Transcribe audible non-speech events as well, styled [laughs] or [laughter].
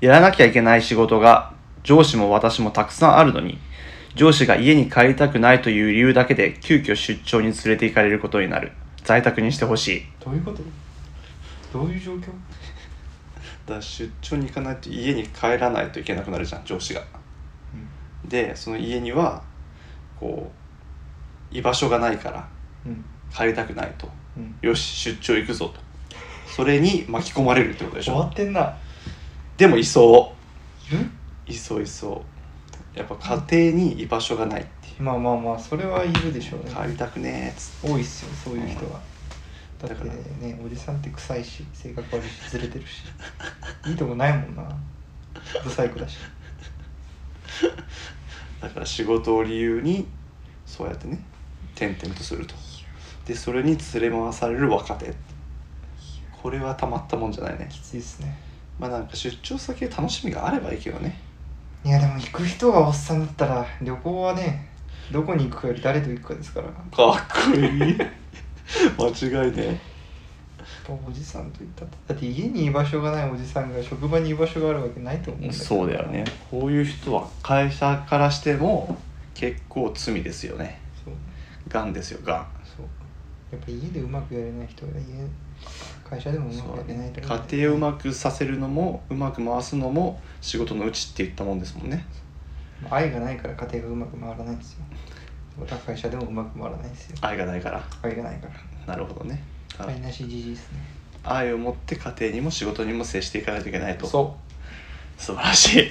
やらなきゃいけない仕事が上司も私もたくさんあるのに、上司が家に帰りたくないという理由だけで急遽出張に連れて行かれることになる。在宅にしてほしい。どういうことどういう状況だから出張に行かないと家に帰らないといけなくなるじゃん、上司が。で、その家には、こう、居場所がないからうん帰りたくないと。うんよし、出張行くぞと。それに巻き込まれるってことでし終ょわ。ってんなでもいそう。いるいそういそうやっぱ家庭に居場所がないっていうまあまあまあそれはいるでしょうね帰りたくねえっつって多いっすよそういう人はうんだだってからねおじさんって臭いし性格悪いしずれてるし [laughs] いいとこないもんな不細工だしだから仕事を理由にそうやってね転々とするとでそれに連れ回される若手これはたまったもんじゃないねきついっすねまあなんか出張先で楽しみがあればいいけどねいやでも行く人がおっさんだったら旅行はねどこに行くかより誰と行くかですからやっかっこいい間違いねぱおじさんと行ったってだって家に居場所がないおじさんが職場に居場所があるわけないと思うんだけどそうだよねこういう人は会社からしても結構罪ですよねそうがんですよがんそうやっぱ家でうまくやれない人は家会社でもうまそうくだやれないねと思う家庭をうまくさせるのもうまく回すのも仕事のうちって言ったもんですもんね愛がないから家庭がうまく回らないんですよだから会社でもうまく回らないんですよ愛がないから愛がないからなるほどねあ愛なしじじいですね愛を持って家庭にも仕事にも接していかないといけないとそ素晴らしい